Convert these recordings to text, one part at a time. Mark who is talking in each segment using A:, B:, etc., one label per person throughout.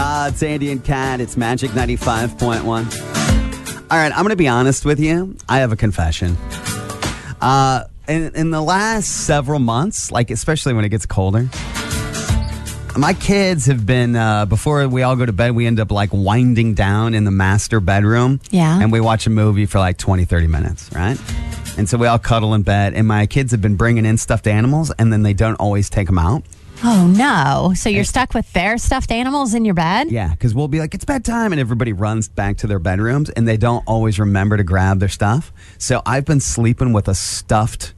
A: Uh, it's Andy and Cat. It's Magic 95.1. All right, I'm going to be honest with you. I have a confession. Uh, in, in the last several months, like especially when it gets colder, my kids have been, uh, before we all go to bed, we end up like winding down in the master bedroom.
B: Yeah.
A: And we watch a movie for like 20, 30 minutes, right? And so we all cuddle in bed. And my kids have been bringing in stuffed animals, and then they don't always take them out.
B: Oh no! So you're stuck with their stuffed animals in your bed?
A: Yeah, because we'll be like, it's bedtime, and everybody runs back to their bedrooms, and they don't always remember to grab their stuff. So I've been sleeping with a stuffed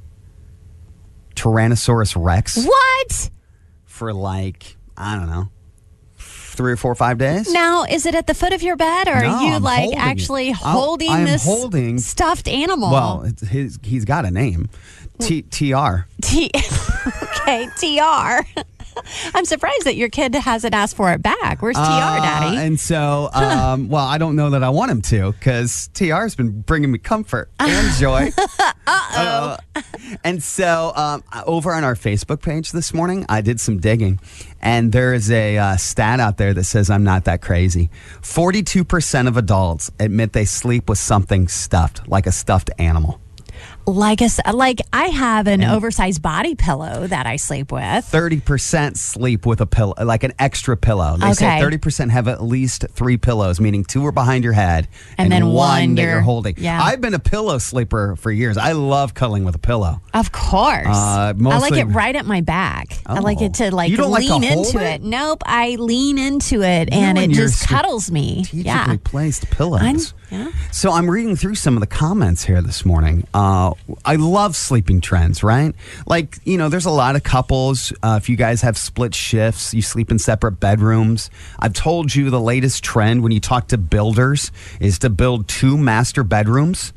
A: Tyrannosaurus Rex
B: What?
A: for like, I don't know, three or four or five days.
B: Now is it at the foot of your bed, or
A: No,
B: are you
A: I'm
B: like
A: holding it.
B: actually
A: I'll-
B: holding
A: I'm
B: this
A: holding-
B: stuffed animal?
A: Well, it's, his, he's got a name T- TR.
B: T- okay, tr. I'm surprised that your kid hasn't asked for it back. Where's tr,
A: Uh,
B: Daddy?
A: And so, um, well, I don't know that I want him to because TR's been bringing me comfort and joy. Uh-oh. And so, um, over on our Facebook page this morning, I did some digging, and there is a uh, stat out there that says I'm not that crazy. 42% of adults admit they sleep with something stuffed, like a stuffed animal.
B: like us, like I have an oversized body pillow that I sleep with.
A: 30% sleep with a pillow, like an extra pillow. They say
B: Okay.
A: 30% have at least three pillows, meaning two are behind your head
B: And then
A: one,
B: one
A: that you're
B: you're-
A: holding.
B: yeah.
A: I've been a pillow sleeper for years. I love cuddling with a pillow.
B: Of course.
A: Uh,
B: I like
A: mostly- Oh.
B: it right at my back. I like it to like
A: You don't like
B: lean
A: to hold
B: into
A: it?
B: it? Nope. I lean into it and
A: You
B: it
A: and your
B: just cuddles me.
A: Strategically
B: Yeah.
A: placed pillows.
B: I'm- yeah.
A: So I'm reading through some of the comments here this morning. Uh, I love sleeping trends, right? Like, you know, there's a lot of couples. Uh, if you guys have split shifts, you sleep in separate bedrooms. I've told you the latest trend when you talk to builders is to build two master bedrooms.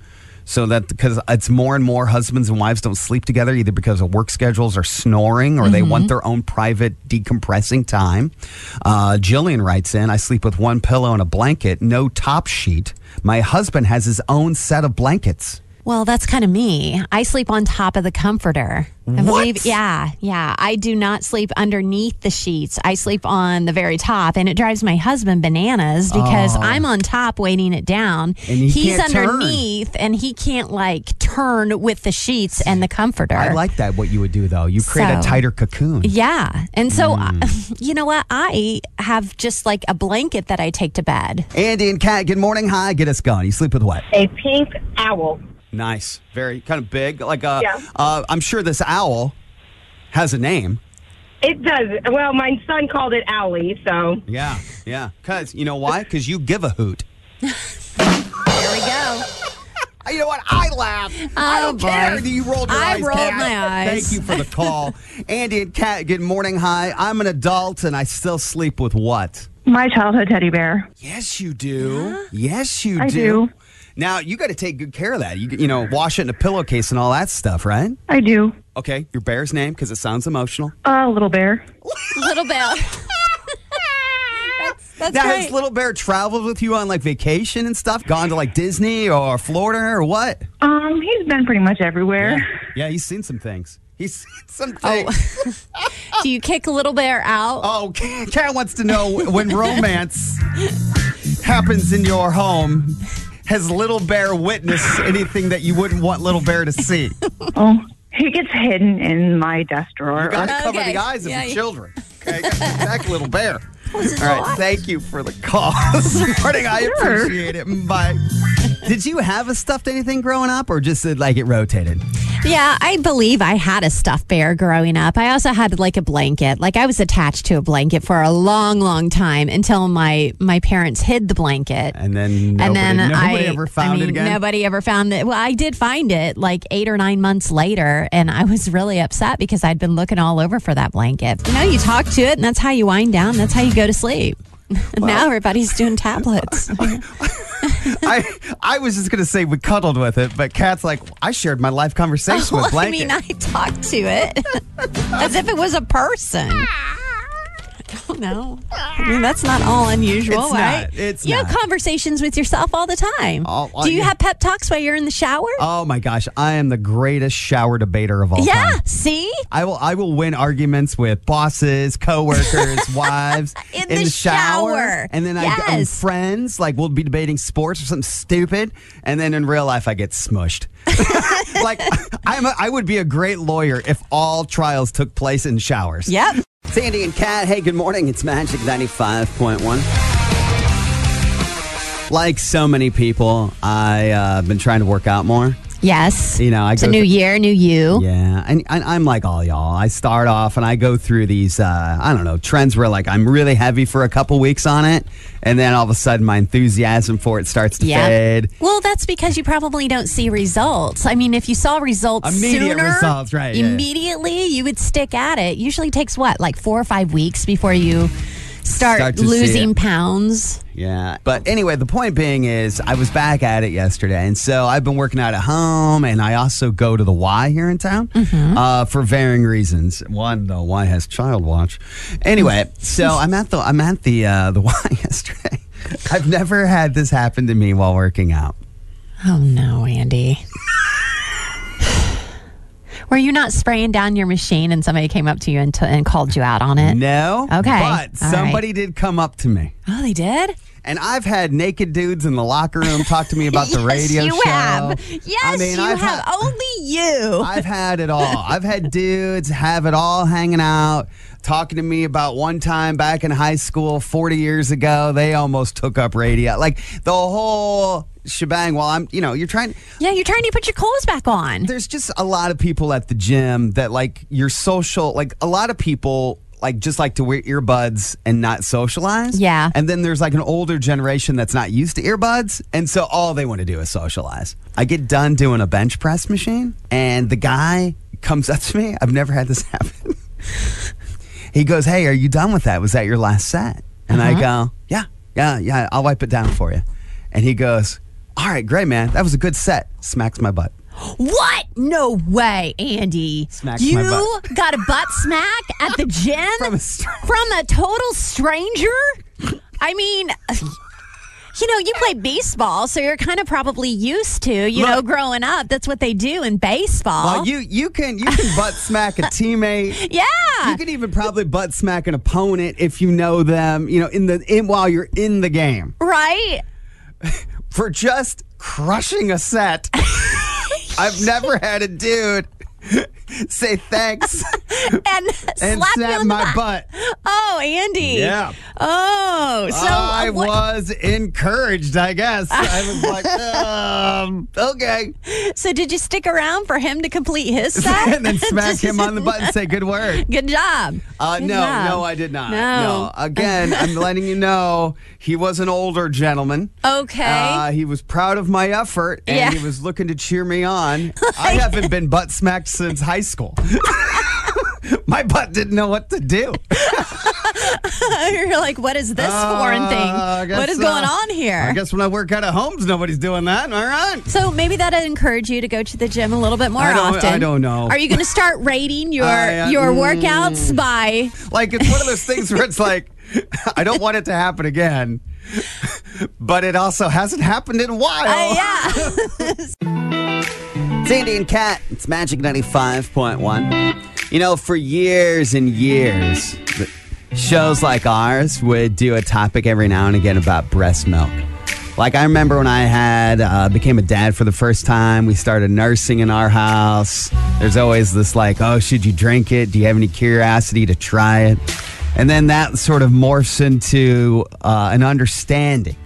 A: So that because it's more and more husbands and wives don't sleep together either because of work schedules or snoring or they want their own private decompressing time. Uh, Jillian writes in, I sleep with one pillow and a blanket, no top sheet. My husband has his own set of blankets.
B: Well, that's kind of me. I sleep on top of the comforter. I
A: What?
B: believe yeah, yeah. I do not sleep underneath the sheets. I sleep on the very top and it drives my husband bananas because I'm on top weighting it down.
A: And he
B: He's
A: can't turn.
B: underneath and he can't like turn with the sheets and the comforter.
A: I like that what you would do though. You create a
B: So-
A: tighter cocoon.
B: Yeah. And so,
A: Hmm.
B: I- you know what? I have just like a blanket that I take to bed.
A: Andy and Kat, good morning. Hi, get us going. You sleep with what?
C: a pink owl.
A: Nice. Very kind of big. Like uh,
C: Yeah.
A: uh I'm sure this owl has a name.
C: It does. Well, my son called it Owlie, so
A: Yeah, yeah. Cause you know why? Cause you give a hoot.
B: There we go.
A: You know what? I laugh. I don't
B: Oh, boy.
A: care that you rolled your
B: I
A: eyes.
B: rolled
A: Kat.
B: my eyes.
A: Thank you for the call, Andy and Kat. Good morning. Hi, I'm an adult and I still sleep with what?
D: My childhood teddy bear.
A: Yes, you do. Yes, you
D: I
A: do.
D: do.
A: Now you got to take good care of that. You you know, wash it in a pillowcase and all that stuff, right?
D: I do.
A: Okay, your bear's name because it sounds emotional.
D: A little bear.
B: Little bell. that's that's
A: now
B: right.
A: has little bear traveled with you on like vacation and stuff? Gone to like Disney or Florida or what?
D: Um, he's been pretty much everywhere.
A: Yeah, he's seen some things. He's seen some
B: Oh.
A: things.
B: Do you kick Little Bear out?
A: Oh, Kat Kat wants to know when romance happens in your home. Has Little Bear witnessed anything that you wouldn't want Little Bear to see? You
D: Oh, he gets hidden in my desk drawer.
A: got to cover
B: Okay.
A: the eyes of
B: Yeah,
A: your
B: yeah.
A: children. Okay, gotta protect Little Bear. All
B: This is
A: right,
B: awesome.
A: thank you for the call this morning. I appreciate it. Bye. Did you have a stuffed anything growing up, or just uh, like it rotated?
B: Yeah, I believe I had a stuffed bear growing up. I also had like a blanket. Like I was attached to a blanket for a long, long time until my my parents hid the blanket.
A: And then nobody,
B: and then
A: nobody
B: I,
A: ever found
B: I mean,
A: it again.
B: Nobody ever found it. Well, I did find it like eight or nine months later, and I was really upset because I'd been looking all over for that blanket. You know, you talk to it, and that's how you wind down. That's how you go to sleep. now everybody's doing tablets.
A: I I was just gonna say we cuddled with it, but Kat's like I shared my life conversation
B: Well,
A: with blanket.
B: I mean, I talked to it as if it was a person. don't know. I mean, that's not all unusual,
A: It's not.
B: right?
A: It's
B: you
A: not.
B: have conversations with yourself all the time.
A: All- all-
B: Do you have pep talks while you're in the shower?
A: Oh my gosh, I am the greatest shower debater of all
B: yeah.
A: time.
B: See,
A: I will I will win arguments with bosses, coworkers, wives
B: In the shower.
A: and then I and
B: Yes.
A: friends like we'll be debating sports or something stupid, and then in real life I get smushed. like I'm a, I would be a great lawyer if all trials took place in showers.
B: yep.
A: Sandy and Kat, hey, good morning. It's Magic 95.1. Like so many people, I've uh, been trying to work out more.
B: Yes.
A: You know, I
B: it's a
A: go
B: new
A: through-
B: year, new you.
A: Yeah, and, and I'm like all y'all. I start off and I go through these, uh, I don't know, trends where like I'm really heavy for a couple weeks on it, and then all of a sudden my enthusiasm for it starts to
B: Yeah.
A: fade.
B: Well, that's because you probably don't see results. I mean, if you saw results
A: Immediate
B: sooner,
A: results, right, yeah.
B: Immediately, you would stick at it. Usually takes what, like four or five weeks before you start,
A: Start to see
B: losing
A: it.
B: pounds.
A: Yeah. But anyway, the point being is I was back at it yesterday. And so I've been working out at home and I also go to the Y here in town uh, for varying reasons. One, the Y has child watch. Anyway, so I'm at the I'm at the uh, the Y yesterday. I've never had this happen to me while working out.
B: Oh no, Andy. Were you not spraying down your machine and somebody came up to you and, t- and called you out on it?
A: No.
B: Okay.
A: But
B: All right.
A: somebody did come up to me.
B: Oh, they did?
A: And I've had naked dudes in the locker room talk to me about the
B: yes,
A: radio
B: you
A: show.
B: have. Yes,
A: I mean,
B: you
A: I've
B: have. Oh.
A: had-
B: Only you.
A: I've had it all. I've had dudes have it all hanging out, talking to me about one time back in high school 40 years ago, they almost took up radio. Like the whole shebang while I'm, you know, you're trying.
B: yeah, you're trying to put your clothes back on.
A: There's just a lot of people at the gym that like your social, like a lot of people. Like just like to wear earbuds and not socialize.
B: Yeah.
A: And then there's like an older generation that's not used to earbuds, and so all they want to do is socialize. I get done doing a bench press machine, and the guy comes up to me. I've never had this happen. he goes, "Hey, are you done with that? Was that your last set?" And I go, "Yeah, yeah, yeah. I'll wipe it down for you." And he goes, "All right, great, man. That was a good set." Smacks my butt.
B: What? No way, Andy.
A: Smacked my
B: you
A: butt.
B: got a butt smack at the gym
A: From a str-
B: From a total stranger? I mean, you know, you play baseball, so you're kind of probably used to, you know,
A: Look-
B: growing up. That's what they do in baseball.
A: Well, Uh, you you can you can butt smack a teammate.
B: yeah.
A: You can even probably butt smack an opponent if you know them. You know, in the in while you're in the game
B: right?
A: for just crushing a set. I've never had a dude say thanks
B: And,
A: and
B: slap you
A: snap
B: in the
A: my
B: butt.
A: butt.
B: Oh, Andy.
A: Yeah.
B: Oh, so
A: I
B: what-
A: was encouraged, I guess. I was like, um, okay.
B: so did you stick around for him to complete his set?
A: And then smack him on the butt and say good word.
B: Good job.
A: Uh,
B: Good
A: no,
B: job.
A: no, I did not.
B: No.
A: Again, I'm letting you know he was an older gentleman.
B: Okay.
A: Uh, he was proud of my effort and
B: Eh? Yeah.
A: he was looking to cheer me on. I haven't been butt smacked since high school. my butt didn't know what to do.
B: You're like, what is this
A: Uh,
B: foreign
A: I
B: thing? What
A: guess,
B: is going
A: uh,
B: on here?
A: I guess when I work out at homes, nobody's doing that. All right.
B: so maybe that'd encourage you to go to the gym a little bit more
A: I don't-
B: often.
A: I don't know.
B: Are you going to start rating your
A: I, uh,
B: your
A: mm.
B: workouts by?
A: Like it's one of those things where it's like, I don't want it to happen again, but it also hasn't happened in a while.
B: Uh, yeah.
A: Oh. Sandy and Cat, it's Magic 95.1. You know, for years and years, th- shows like ours would do a topic every now and again about breast milk. Like I remember when I had uh, became a dad for the first time, we started nursing in our house. There's always this like, oh, should you drink it? Do you have any curiosity to try it? And then that sort of morphs into uh, an understanding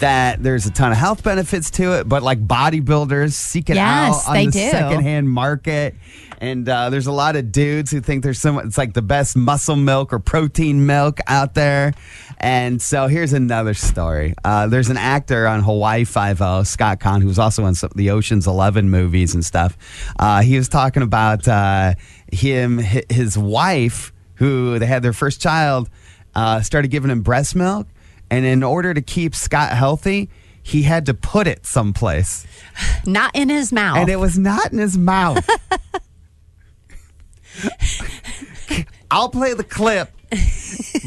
A: that there's a ton of health benefits to it, but like bodybuilders seek it
B: Yes,
A: out on
B: they
A: the
B: do.
A: secondhand market. And uh, there's a lot of dudes who think there's some, it's like the best muscle milk or protein milk out there. And so here's another story. Uh, there's an actor on Hawaii Five O, Scott Kahn, who's also in some, the Ocean's Eleven movies and stuff. Uh, he was talking about uh, him, hi- his wife, who they had their first child, uh, started giving him breast milk. And in order to keep Scott healthy, he had to put it someplace.
B: Not in his mouth.
A: And it was not in his mouth. I'll play the clip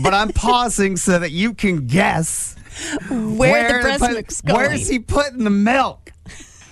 A: but I'm pausing so that you can guess
B: Where, the breast
A: put-
B: milk's going.
A: Where's he putting the milk?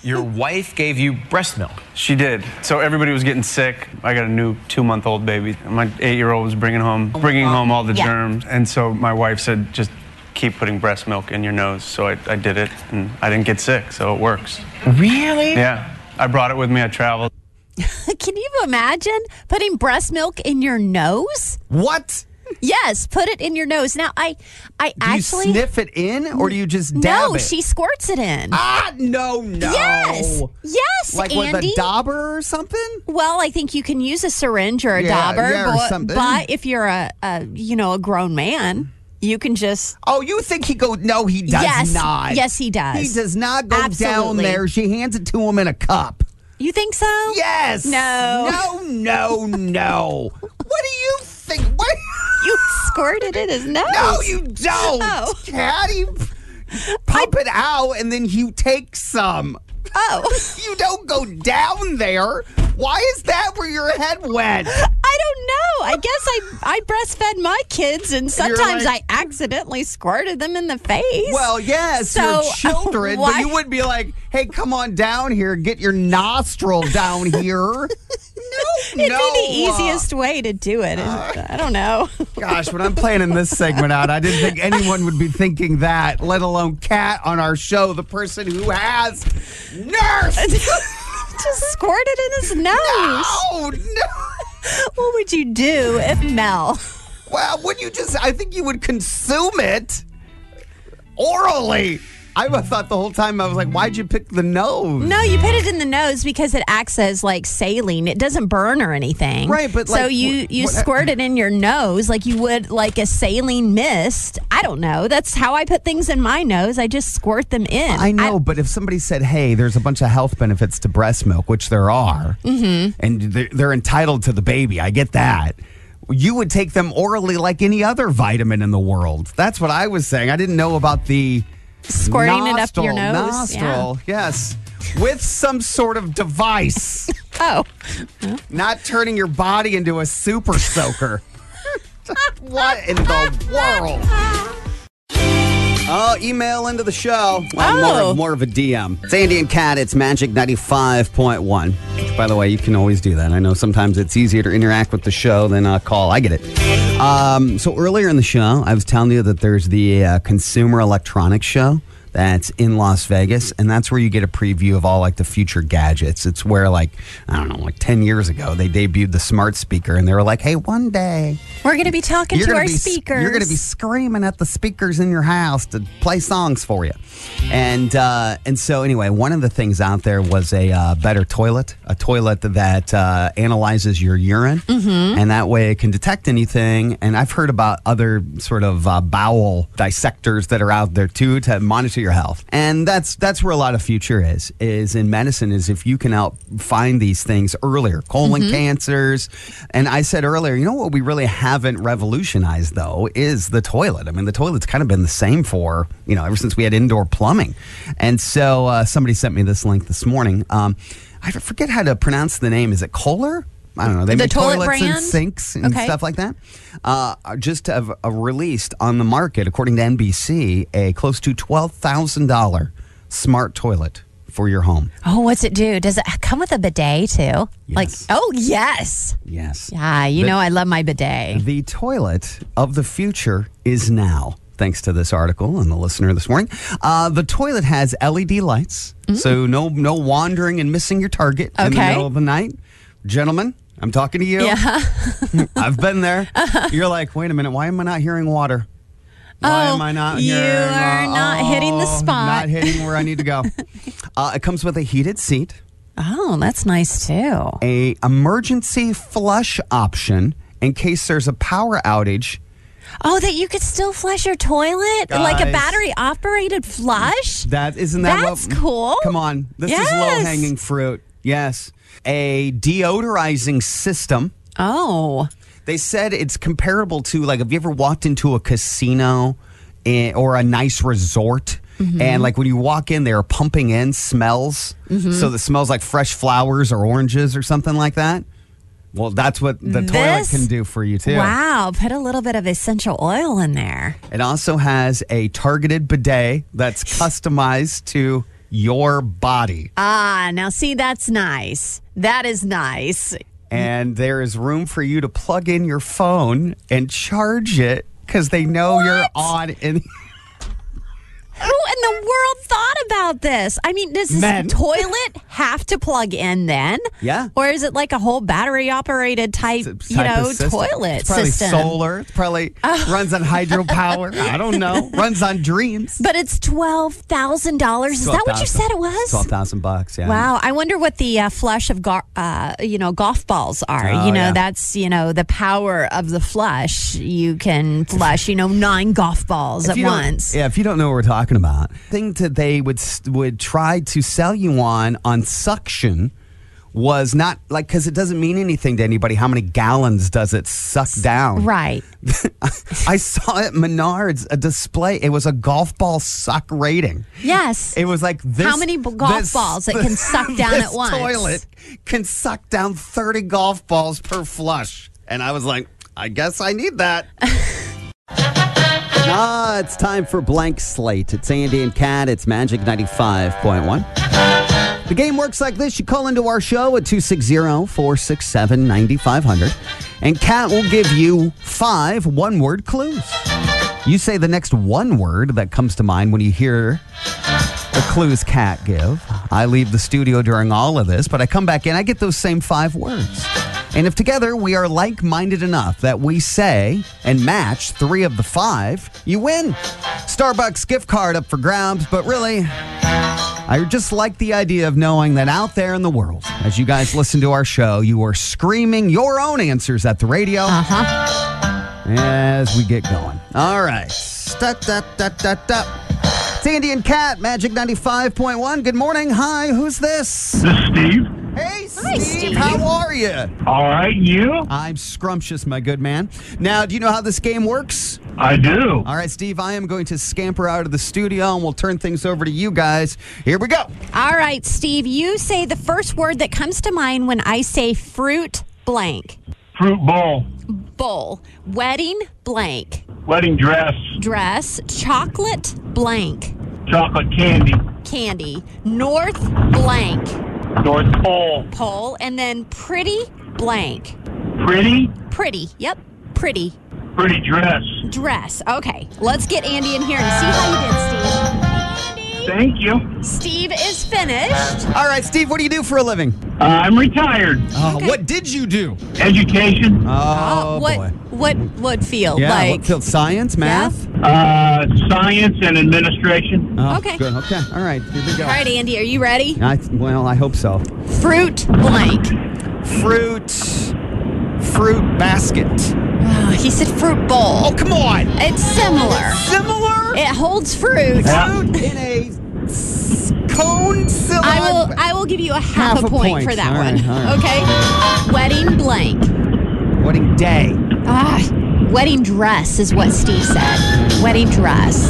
E: Your wife gave you breast milk.
F: She did. So everybody was getting sick. I got a new two-month-old baby. My eight-year-old was bringing home, bringing home all the
B: Yeah.
F: germs. And so my wife said, just keep putting breast milk in your nose. So I, I did it, and I didn't get sick. So it works.
E: Really?
F: Yeah, I brought it with me. I traveled.
B: Can you imagine putting breast milk in your nose?
A: What?
B: Yes, put it in your nose. Now, I, I
A: Do
B: actually
A: you sniff it in or do you just dab
B: no,
A: it?
B: she squirts it in.
A: Ah, no, no.
B: Yes, yes,
A: Like with
B: Andy.
A: a dauber or something?
B: well, I think you can use a syringe or a
A: Yeah,
B: dauber,
A: yeah, or
B: but,
A: something.
B: but if you're a, a, you know, a grown man, you can just
A: Oh, you think he go? No, he does
B: Yes.
A: not.
B: Yes, he does.
A: He does not go down
B: Absolutely.
A: there. She hands it to him in a cup.
B: You think so?
A: Yes.
B: No.
A: No. No. No. what do you think? What?
B: You squirted it in his nose.
A: No, you don't,
B: Oh.
A: Caddy. Pump it out, and then you take some.
B: Oh.
A: You don't go down there. Why is that where your head went?
B: I don't know. I guess I I breastfed my kids, and sometimes
A: like-
B: I accidentally squirted them in the face.
A: Well, yes,
B: So, uh,
A: your children, but
B: why-
A: you would be like, "Hey, come on down here, get your nostril down here." no, uh,
B: it'd
A: no.
B: be the easiest way to do it. I don't know.
A: Gosh, when I'm planning this segment out, I didn't think anyone would be thinking that, let alone Kat on our show, the person who has nurse.
B: Just squirted in his nose.
A: Oh no!
B: What would you do if Mel?
A: Well, would you just? I think you would consume it orally. I thought the whole time I was like, "Why'd you pick the nose?"
B: No, you put it in the nose because it acts as like saline. It doesn't burn or anything.
A: Right, but,
B: so
A: like,
B: you
A: wh-
B: you
A: what-
B: squirt it in your nose like you would like a saline mist. I don't know. That's how I put things in my nose. I just squirt them in.
A: I know, but if somebody said, "Hey, there's a bunch of health benefits to breast milk," which there are,
B: Mm-hmm.
A: and they're, they're entitled to the baby, I get that. You would take them orally like any other vitamin in the world. That's what I was saying. I didn't know about the
B: Squirting it up your
A: nostril-
B: nose, yeah.
A: Nostril, yes, with some sort of device,
B: Oh,
A: not turning your body into a super soaker. what in the world? Oh, email into the show. Well,
B: Oh.
A: more, more of a DM. It's Andy and Kat. It's Magic 95.1. Which, by the way, you can always do that. I know sometimes it's easier to interact with the show than uh, call. I get it. Um, so earlier in the show, I was telling you that there's the uh, Consumer Electronics Show that's in Las Vegas, and that's where you get a preview of all like the future gadgets. It's where like I don't know, like ten years ago, they debuted the smart speaker, and they were like, "Hey, one day."
B: we're going to be talking to
A: gonna
B: our
A: be,
B: speakers.
A: You're going to be screaming at the speakers in your house to play songs for you. And uh, and so anyway, one of the things out there was a uh, better toilet, a toilet that uh, analyzes your urine,
B: Mm-hmm.
A: and that way it can detect anything. And I've heard about other sort of uh, bowel dissectors that are out there too to monitor your health. And that's that's where a lot of future is is in medicine is if you can out find these things earlier, colon
B: Mm-hmm.
A: cancers. And I said earlier, you know what we really haven't revolutionized though is the toilet. I mean, the toilet's kind of been the same for, you know, ever since we had indoor plumbing. And so uh, somebody sent me this link this morning. Um, I forget how to pronounce the name. Is it Kohler? I don't know. They
B: The
A: make
B: toilet
A: toilets and
B: brand?
A: sinks and
B: Okay.
A: stuff like that. Uh, are just have uh, released on the market, according to NBC, a close to twelve thousand dollar smart toilet for your home.
B: oh, what's it do? Does it come with a bidet too? Like,
A: Yes.
B: oh yes,
A: Yes.
B: yeah. You know, I love my bidet.
A: The toilet of the future is now, thanks to this article and the listener this morning. Uh, the toilet has LED lights, so no no wandering and missing your target in the
B: Mm. Okay.
A: middle of the night. Gentlemen, I'm talking to you.
B: Yeah.
A: I've been there. You're like, wait a minute, why am I not hearing water? Why
B: Oh,
A: am I not
B: you
A: hearing?
B: are not hitting the
A: oh,
B: spot.
A: Not hitting where I need to go. uh, it comes with a heated seat,
B: Oh, that's nice too.
A: a emergency flush option in case there's a power outage.
B: Oh, that you could still flush your toilet like a
A: Guys.
B: battery operated flush.
A: That isn't that what-
B: That's cool.
A: Come on, this is
B: Yes.
A: low hanging fruit. Yes, a deodorizing system.
B: Oh,
A: They said it's comparable to like have you ever walked into a casino eh, or a nice resort
B: Mm-hmm.
A: and like when you walk in they are pumping
B: Mm-hmm.
A: in smells so the smells like fresh flowers or oranges or something like that. Well, that's what the toilet
B: This-
A: can do for you too.
B: Wow, put a little bit of essential oil in there.
A: It also has a targeted bidet that's customized to your body.
B: Ah, now see, that's nice. That is nice.
A: and there is room for you to plug in your phone and charge it because they know you're on in
B: Who in the world thought about this? I mean, does this
A: Men.
B: toilet have to plug in then?
A: Yeah.
B: Or is it like a whole battery operated type, you
A: type of
B: know,
A: system.
B: toilet
A: It's probably
B: system? Oh.
A: solar. It's probably runs on hydropower. I don't know. Runs on dreams.
B: But it's twelve thousand dollars. Is that what you
A: 12,000.
B: said it was?
A: Twelve thousand bucks. Yeah.
B: Wow, I wonder what the uh, flush of go- uh, you know golf balls are.
A: Oh,
B: you know,
A: yeah.
B: that's you know the power of the flush. You can flush, you know, nine golf balls at
A: If you don't-
B: once.
A: Yeah, if you don't know what we're talking about, thing that they would s- would try to sell you on on suction was not like because it doesn't mean anything to anybody. How many gallons does it suck down?
B: Right.
A: I saw at Menards a display. It was a golf ball suck rating.
B: Yes.
A: It was like this.
B: How many b- golf
A: this-
B: balls it can suck down
A: this
B: at once?
A: Toilet can suck down thirty golf balls per flush, and I was like, I guess I need that. ah, it's time for blank slate. It's Andy and Cat. It's Magic ninety five point one. The game works like this. You call into our show at 260-467-9500 and Kat will give you five one-word clues. You say the next one word that comes to mind when you hear the clues Kat give. I leave the studio during all of this, but I come back in, I get those same five words. And if together we are like-minded enough that we say and match three of the five, you win. Starbucks gift card up for grabs, but really, I just like the idea of knowing that out there in the world, as you guys listen to our show, you are screaming your own answers at the radio as we get going. All right. Da, da, da, da, da. It's Andy and Cat, Magic 95.1. Good morning. Hi, who's this?
G: This is Steve.
A: Hey, Steve.
B: Steve.
A: How are you?
G: All right, you?
A: I'm scrumptious, my good man. Now, do you know how this game works?
G: I do.
A: All right, Steve, I am going to scamper out of the studio and we'll turn things over to you guys. Here we go.
B: All right, Steve, you say the first word that comes to mind when I say fruit blank,
G: Fruit bowl,
B: bowl, wedding blank,
G: wedding dress,
B: dress, chocolate blank,
G: chocolate candy,
B: candy, north blank,
G: North Pole,
B: pole, and then pretty blank.
G: pretty,
B: Pretty, yep, pretty
G: pretty dress.
B: dress. Okay, let's get Andy in here and see how
G: Thank you.
B: you did, Steve. Steve is finished.
A: All right, Steve, what do you do for a living?
G: Uh, I'm retired.
A: Uh, What did you do?
G: Education,
A: Oh,
B: Uh, what
A: boy.
B: what what field?
A: Yeah,
B: like
A: what field? Science, math?
G: uh, science and administration,
A: Oh,
B: Okay.
A: Good. Okay. All right. Here we go.
B: All right, Andy, are you ready?
A: I, well, I hope so.
B: Fruit blank.
A: Fruit. Fruit basket.
B: Ah, he said fruit bowl.
A: come on.
B: It's similar.
A: Similar.
B: It holds fruit.
A: Fruit in a s- cone cylinder.
B: I will I will give you a half,
A: Half
B: a,
A: a
B: point,
A: point.
B: for that
A: All right,
B: one.
A: all right.
B: Okay. Wedding blank.
A: Wedding day.
B: Ah, wedding dress is what Steve said. Wedding dress.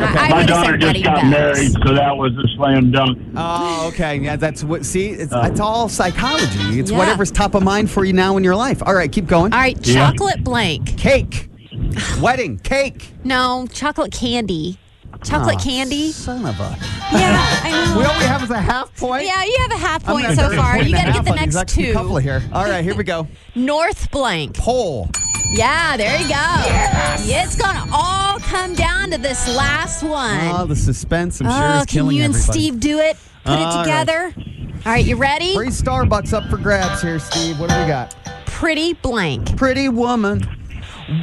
B: I, I
G: My
B: would have
G: daughter
B: said
G: just
B: wedding
G: got married,
B: bells.
G: so that was a slam dunk.
A: Oh, okay. Yeah, that's what. See, it's, it's all psychology. It's
B: Yeah.
A: whatever's top of mind for you now in your life. All right, keep going.
B: All right,
G: Yeah.
B: chocolate blank.
A: Cake. Wedding. Cake.
B: No, chocolate candy. Chocolate
A: Oh,
B: candy.
A: Son of a.
B: Yeah, I
A: We
B: know.
A: all we have is a half point.
B: Yeah, you have a half
A: I'm
B: point
A: gonna
B: so
A: have a
B: far.
A: point
B: You
A: and
B: got
A: a
B: to get
A: half
B: the
A: on these
B: next
A: next
B: two.
A: Couple here. All right, here we go.
B: North blank.
A: Pole.
B: Yeah, there you go. It's gonna all come down to this last
A: Oh,
B: one.
A: the suspense! I'm sure
B: oh,
A: is
B: can
A: killing
B: you and
A: everybody.
B: Steve do it? Put
A: All
B: it
A: right.
B: together. All right, you ready?
A: Free Starbucks up for grabs here, Steve. What do we got?
B: Pretty blank.
A: Pretty woman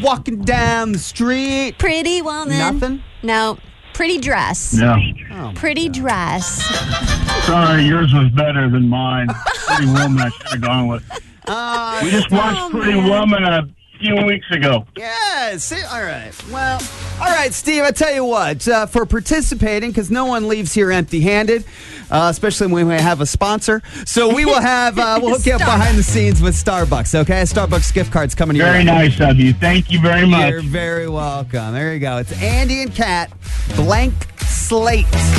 A: walking down the street.
B: Pretty woman.
A: Nothing?
B: No. Pretty dress.
G: Yeah.
B: Pretty dress.
G: Sorry, yours was better than mine. Pretty woman, I should have gone with. we just watched
B: oh,
G: Pretty
B: man.
G: Woman a few weeks ago.
A: Yes. it- All right. Well, all right, Steve. I tell you what, uh, for participating, because no one leaves here empty-handed, uh, especially when we have a sponsor. So we will have uh, we'll hook you up
B: Stop.
A: behind the scenes with Starbucks. Okay, Starbucks gift cards coming your
G: Very
A: way.
G: nice of you. Thank you very much.
A: You're very welcome. There you go. It's Andy and Kat. Blank slate.